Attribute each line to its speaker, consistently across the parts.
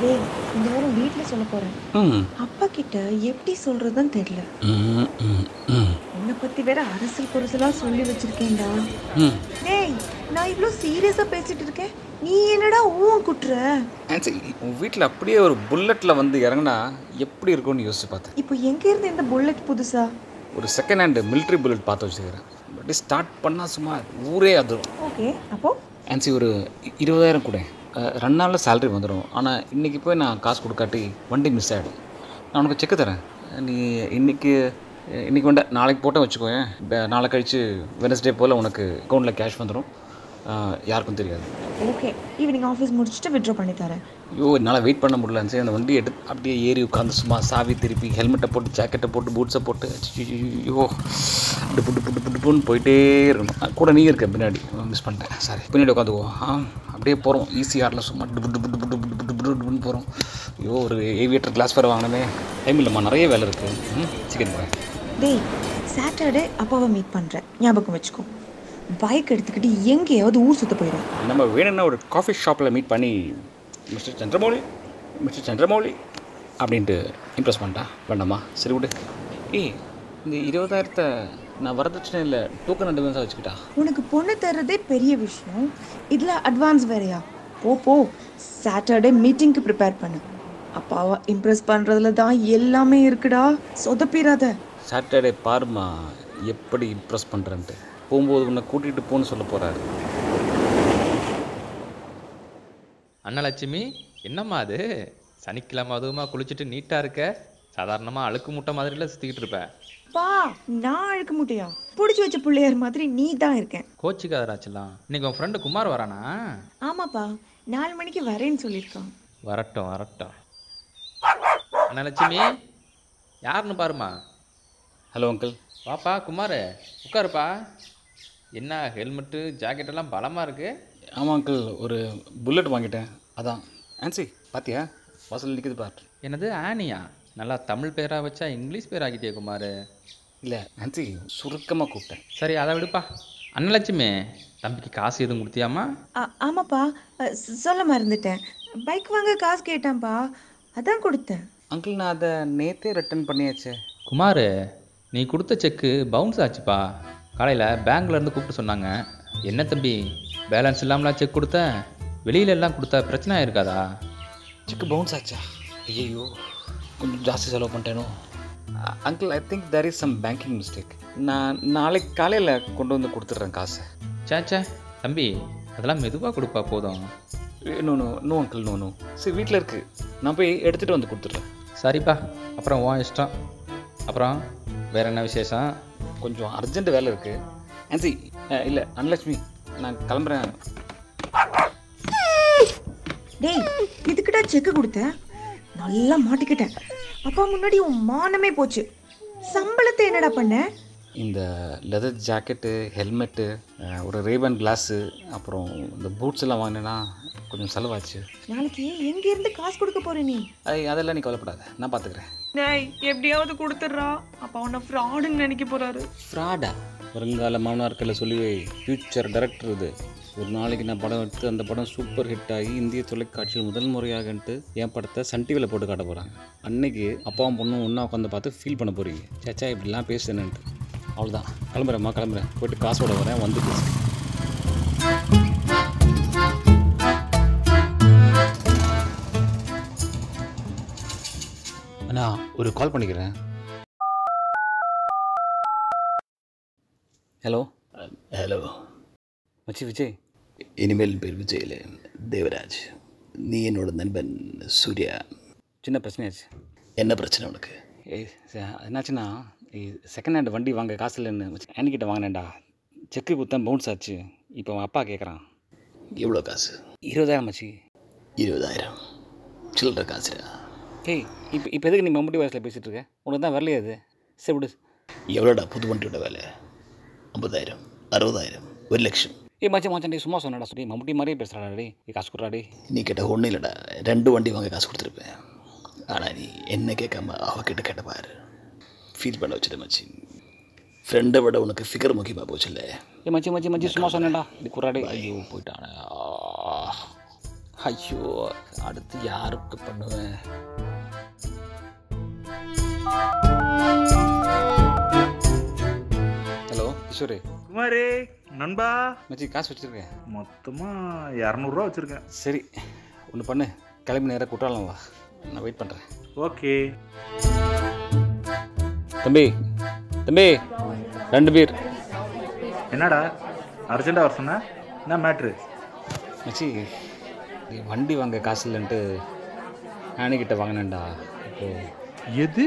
Speaker 1: டேய் இந்த வாரம் வீட்டில் சொல்ல போறேன்
Speaker 2: ம்
Speaker 1: அப்பா கிட்ட எப்படி சொல்றதுன்னு தெரியல
Speaker 2: ம், ம், ம்,
Speaker 1: உன்னை பத்தி வேற அரசியல் புரிசலா சொல்லி வச்சிருக்கேன்டா
Speaker 2: ம்.
Speaker 1: டேய் நான் இவ்ளோ சீரியஸா பேசிட்டு இருக்கேன் நீ என்னடா ஊன் குட்டுற
Speaker 2: ஆன்சி, உன் வீட்டில் அப்படியே ஒரு புல்லட்டில் வந்து இறங்குனா எப்படி இருக்கும்னு யோசிச்சு பார்த்தேன்
Speaker 1: இப்போ எங்க இருந்து இந்த புல்லட் புதுசா
Speaker 2: ஒரு செகண்ட் ஹேண்டு மிலிட்ரி புல்லட் பார்த்து வச்சுக்கிறேன் பட் ஸ்டார்ட் பண்ணால் சும்மா ஊரே அதிரும்
Speaker 1: ஓகே அப்போ
Speaker 2: ஆன்சி ஒரு இ- இருபதாயிரம் கூட ரெண்டு நாளில் சேலரி வந்துடும் ஆனால் இன்றைக்கி போய் நான் காசு கொடுக்காட்டி வண்டி மிஸ் ஆகிடும் நான் உனக்கு செக்கு தரேன் நீ இன்றைக்கி இன்றைக்கி வேண்டாம் நாளைக்கு போட்டேன் வச்சுக்கோயேன் ப- நாளை கழித்து வெனஸ்டே போல் உனக்கு அக்கௌண்ட்டில் கேஷ் வந்துடும் யாருக்கும் தெரியாது
Speaker 1: ஓகே ஈவினிங் ஆஃபீஸ் முடிச்சுட்டு விட்ரா பண்ணி தரேன்
Speaker 2: ஐயோ என்னால் வெயிட் பண்ண முடியலன்னு சரி அந்த வண்டி எடுத்து அப்படியே ஏறி உட்காந்து சும்மா சாவி திருப்பி ஹெல்மெட்டை போட்டு ஜாக்கெட்டை போட்டு பூட்ஸை போட்டு ஐயோ அப்படி புட்டு புட்டு புட்டு புன்னு போயிட்டே இருக்கணும் அஹ் கூட நீ இருக்க பின்னாடி மிஸ் பண்ணிட்டேன் சாரி பின்னாடி உட்காந்துக்கோ ஆ அப்படியே போகிறோம் ஈசிஆரில் சும்மா டு புட்டு புட்டு புட்டு புட்டு புட்டு புட்டு புட்டுன்னு போகிறோம் ஐயோ ஒரு ஏவியேட்டர் கிளாஸ் வேறு வாங்கினமே டைம் இல்லைம்மா நிறைய வேலை இருக்குது ம் சிக்கன் போகிறேன்
Speaker 1: டேய் சாட்டர்டே அப்பாவை மீட் பண்றேன் ஞாபகம் வச்சுக்கோ பைக் எடுத்துக்கிட்டு எங்கேயாவது ஊர் சுத்த போயிடும்
Speaker 2: நம்ம வேணும்னா ஒரு காஃபி ஷாப்பில் மீட் பண்ணி மிஸ்டர் சந்திரமௌலி மிஸ்டர் சந்திரமௌலி அப்படின்ட்டு இம்ப்ரெஸ் பண்ணிட்டா வேண்டாமா சரி விடு ஏய் இந்த இருபதாயிரத்தை நான் வரதட்சணை இல்லை டோக்கன் அட்வான்ஸாக வச்சுக்கிட்டா
Speaker 1: உனக்கு பொண்ணு தர்றதே பெரிய விஷயம் இதுல அட்வான்ஸ் வேறயா போ போ சாட்டர்டே மீட்டிங்க்கு ப்ரிப்பேர் பண்ணு அப்பாவை இம்ப்ரெஸ் பண்றதுல தான் எல்லாமே இருக்குடா சொதப்பிராத
Speaker 2: சாட்டர்டே பாருமா எப்படி இம்ப்ரெஸ் பண்ணுறேன்ட்டு போகும்போது உன்னை கூட்டிகிட்டு போன்னு சொல்ல போகிறாரு
Speaker 3: அன்னலட்சுமி என்னம்மா அது சனிக்கிழமை அதுவுமா குளிச்சுட்டு நீட்டாக இருக்க சாதாரணமாக அழுக்கு மூட்டை மாதிரில சுற்றிக்கிட்டு இருப்பேன்
Speaker 1: பா நான் அழுக்க முடியா பிடிச்சி வச்ச பிள்ளையார் மாதிரி நீ தான் இருக்கேன்
Speaker 3: கோச்சிக்காதராச்சலாம் இன்னைக்கு உன் ஃப்ரெண்டு குமார் வரானா
Speaker 1: ஆமாப்பா நாலு மணிக்கு வரேன்னு சொல்லியிருக்கான்
Speaker 3: வரட்டும் வரட்டும் அன்னலட்சுமி யாருன்னு பாருமா
Speaker 2: ஹலோ அங்கிள்
Speaker 3: வாப்பா குமார் உட்காருப்பா என்ன ஹெல்மெட்டு ஜாக்கெட் எல்லாம் பலமாக இருக்கு
Speaker 2: ஆமாம் அங்கிள் ஒரு புல்லட் வாங்கிட்டேன் அதான் ஆன்சி பாத்தியா வாசல் நிற்கிது பார்
Speaker 3: என்னது ஆனியா நல்லா தமிழ் பேராக வச்சா இங்கிலீஷ் பேர் ஆக்கிட்டே குமார்
Speaker 2: இல்லை ஆன்சி சுருக்கமாக கூப்பிட்டேன்
Speaker 3: சரி அதை விடுப்பா அன்னலட்சுமி தம்பிக்கு காசு எதுவும் கொடுத்தியாம்மா
Speaker 1: ஆ- ஆமாப்பா அஹ் சொ- சொல்ல மறந்துட்டேன் பைக் வாங்க காசு கேட்டான்ப்பா அதான் கொடுத்தேன்
Speaker 2: அங்கிள் நான் அதை நேற்றே ரிட்டர்ன் பண்ணியாச்சே
Speaker 3: குமார் நீ கொடுத்த செக்கு பவுன்ஸ் ஆச்சுப்பா காலையில் பேங்க்லேருந்து கூப்பிட்டு சொன்னாங்க என்ன தம்பி பேலன்ஸ் இல்லாமலா செக் கொடுத்த வெளியில எல்லாம் கொடுத்தா பிரச்சனை ஆயிருக்காதா
Speaker 2: செக்கு பவுன்ஸ் ஆச்சா ஐயோ கொஞ்சம் ஜாஸ்தி செலவு பண்ணிட்டேனோ uncle I think there is some banking mistake நான் நாளைக்கு காலையில் கொண்டு வந்து கொடுத்துட்றேன் காசு
Speaker 3: சே சே தம்பி அதெல்லாம் மெதுவாக கொடுப்பா போதும்
Speaker 2: no no no uncle no no சரி வீட்டில் இருக்குது நான் போய் எடுத்துகிட்டு வந்து கொடுத்துட்றேன்
Speaker 3: சரிப்பா அப்புறம் உன் இஷ்டம் அப்புறம் வேற என்ன விசேஷம்
Speaker 2: கொஞ்சம் அர்ஜென்ட் வேலை இருக்குது ஆன்சி இல்லை அனலட்சுமி நான் கிளம்புறேன்
Speaker 1: டேய் இதுக்கிட்ட செக்கு கொடுத்தேன் நல்லா மாட்டிக்கிட்டேன் அப்பா முன்னாடி உன் மானமே போச்சு சம்பளத்தை என்னடா பண்ண
Speaker 2: இந்த லெதர் ஜாக்கெட்டு ஹெல்மெட்டு ஒரு ரேபன் கிளாஸு அப்புறம் இந்த பூட்ஸ் எல்லாம் வாங்கினேன்னா கொஞ்சம் செலவாச்சு
Speaker 1: நாளைக்கு எங்க இருந்து காசு கொடுக்க போற நீ
Speaker 2: ஐ, அதெல்லாம் நீ கவலைப்படாத நான் பார்த்துக்கிறேன்
Speaker 1: டேய் எப்படியாவது கொடுத்துட்றா அப்பா உன்னை ஃப்ராடுன்னு நினைக்க போறாரு
Speaker 2: ஃப்ராடா வருங்கால மாணவர்களில் சொல்லி ஃப்யூச்சர் டைரக்டர் இது ஒரு நாளைக்கு நான் படம் எடுத்து அந்த படம் சூப்பர் ஹிட் ஆகி இந்திய தொலைக்காட்சியில் முதல் முறையாகன்ட்டு என் படத்தை சன் டிவியில் போட்டு காட்ட போகிறாங்க அன்னைக்கு அப்பாவும் பொண்ணும் ஒன்றா உட்காந்து பார்த்து ஃபீல் பண்ண போறீங்க சேச்சா இப்படிலாம் பேசுனேன்ட்டு அவ்வளோதான் கிளம்புறேம்மா கிளம்புறேன் போயிட்டு காசோட வரேன் வந்து பேசு அண்ணா ஒரு கால் பண்ணிக்கிறேன் ஹலோ
Speaker 4: ஹலோ
Speaker 2: மச்சி விஜய்
Speaker 4: இனிமேல் என் பேர் விஜயில் தேவராஜ் நீ என்னோட நண்பன் சூர்யா
Speaker 2: சின்ன பிரச்சனையாச்சு
Speaker 4: என்ன பிரச்சனை உனக்கு
Speaker 2: ஏய் ச- என்னாச்சுன்னா செகண்ட் ஹேண்ட் வண்டி வாங்க காசு இல்லைன்னு அன்னிக்கிட்ட வாங்கினேன்டா செக்கு கொடுத்தேன் பவுன்ஸ் ஆச்சு இப்போ அவன் அப்பா கேட்குறான்
Speaker 4: எவ்வளோ காசு
Speaker 2: இருபதாயிரம் மச்சி
Speaker 4: இருபதாயிரம் சில்லற காசுடா
Speaker 2: ஏய் இப்போ இப்போ எதுக்கு நீ மம்முட்டி வயசில் பேசிகிட்டு இருக்க உனக்கு தான் வரலையே அது சரி விடு
Speaker 4: எவ்வளோடா புது வண்டியோட வேலை ஐம்பதாயிரம் அறுபதாயிரம் ஒரு லட்சம்
Speaker 2: ஏய் மச்சி மச்சான் சும்மா சொன்னடா சொல்லி மம்முட்டி மாதிரியே பேசுகிறாடா டே நீ காசு கொடுறாடி
Speaker 4: நீ கேட்ட ஒன்றும் இல்லைடா ரெண்டு வண்டி வாங்க காசு கொடுத்துருப்பேன் ஆனால் நீ என்ன கேட்காம அவகிட்ட கேட்ட பாரு ஃபீல் பண்ண வச்சுட்டு மச்சி ஃப்ரெண்டை விட உனக்கு ஃபிகர் முக்கியமாக போச்சுல்ல
Speaker 2: ஏய் மச்சி மச்சி மச்சி சும்மா சொன்னேன்டா இது குறாடே
Speaker 4: ஐயோ போயிட்டானே ஆ.
Speaker 2: ஐயோ அடுத்து யாருக்கு பண்ணுவேன் ஹலோ கிஷோரு
Speaker 5: குமாரே நண்பா
Speaker 2: மச்சி காசு வச்சுருக்கேன்
Speaker 5: மொத்தமாக இரநூறுவா வச்சுருக்கேன்
Speaker 2: சரி ஒன்று பண்ணு கிளம்பி நேராக குற்றாலம் வா நான் வெயிட் பண்ணுறேன்
Speaker 5: ஓகே
Speaker 2: தம்பி தம்பி ரெண்டு பேர்
Speaker 5: என்னடா அர்ஜெண்ட்டாக வர சொன்ன என்ன மேட்ரு
Speaker 2: மச்சி நீ வண்டி வாங்க காசு இல்லைன்ட்டு ஆனிக்கிட்ட வாங்கினேன்டா இப்போ
Speaker 6: எது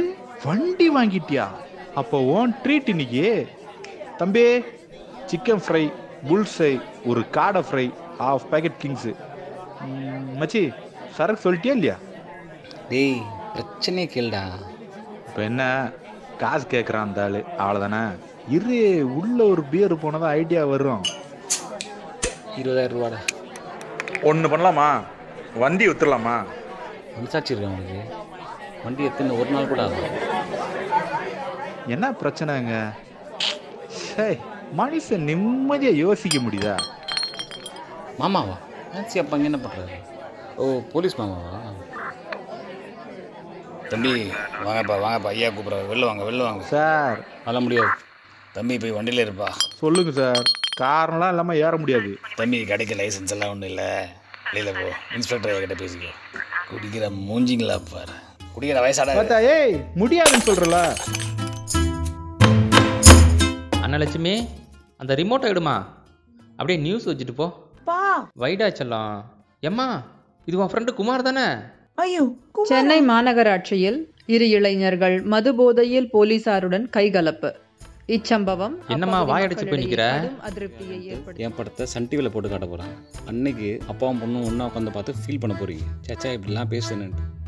Speaker 6: வண்டி வாங்கிட்டியா அப்போ ஓன் ட்ரீட் இன்னைக்கு தம்பி சிக்கன் ஃப்ரை புல்சை ஒரு காடை ஃப்ரை ஹாஃப் பேக்கெட் கிங்ஸு மச்சி சரக்கு சொல்லிட்டியா இல்லையா
Speaker 2: டேய் பிரச்சனையே கேளுடா
Speaker 6: இப்போ என்ன காசு கேட்குறான் அந்த ஆள் அவ்வளோதானே இரு உள்ள ஒரு பியர் போனதான் ஐடியா வரும்
Speaker 2: இருபதாயிரம் ரூபாடா
Speaker 5: ஒன்று பண்ணலாமா வண்டி வித்துடலாமா
Speaker 2: மனசாட்சி இருக்கு அவனுக்கு வண்டி எத்தனை ஒரு நாள் கூட ஆகும்
Speaker 6: என்ன பிரச்சனைங்க சே மனுஷன் நிம்மதியாக யோசிக்க முடியுதா
Speaker 2: மாமாவா ஆச்சி அப்பா இங்கே என்ன பண்ணுறாரு ஓ போலீஸ் மாமாவா
Speaker 4: தம்பி வாங்கப்பா வாங்கப்பா ஐயா கூப்பிட்றாரு வெளில வாங்க வெளில வாங்க
Speaker 6: சார்
Speaker 2: அதெல்லாம் முடியாது
Speaker 4: தம்பி போய் வண்டியில் இருப்பா
Speaker 6: சொல்லுங்க சார் காரணம்லாம் இல்லாமல் ஏற முடியாது
Speaker 4: தம்பி கடைக்கு லைசன்ஸ் எல்லாம் ஒன்றும் இல்லை வெளியில் போ இன்ஸ்பெக்டர் ஐயா கிட்ட பேசிக்கோ குடிக்கிற மூஞ்சிங்களா பாரு குடிக்கிற வயசாட
Speaker 6: பார்த்தா ஏய் முடியாதுன்னு சொல்றல
Speaker 3: அண்ணலட்சுமி அந்த ரிமோட்டை எடுமா அப்படியே நியூஸ் வச்சுட்டு போ
Speaker 1: பா
Speaker 3: வைடா செல்லம் ஏம்மா இது உன் ஃப்ரெண்டு குமார் தானே
Speaker 1: ஐயோ குமார்.
Speaker 7: சென்னை மாநகராட்சியில் இரு இளைஞர்கள் மது போதையில் போலீசாருடன் கைகலப்பு இச்சம்பவம்
Speaker 3: என்னம்மா
Speaker 7: அப்பகுதி
Speaker 3: வாயடிச்சு போய்
Speaker 7: மக்களிடையே
Speaker 3: நிக்கிற?
Speaker 7: கடும் அதிருப்தியை ஏற்படுத்தி
Speaker 2: என் படத்தை சன் டிவியில் போட்டு காட்ட போகிறான் அன்னைக்கு அப்பாவும் பொண்ணும் ஒன்றா உட்காந்து பார்த்து ஃபீல் பண்ண போறீங்க சச்சா இப்படிலாம் பேசுனேன்ட்டு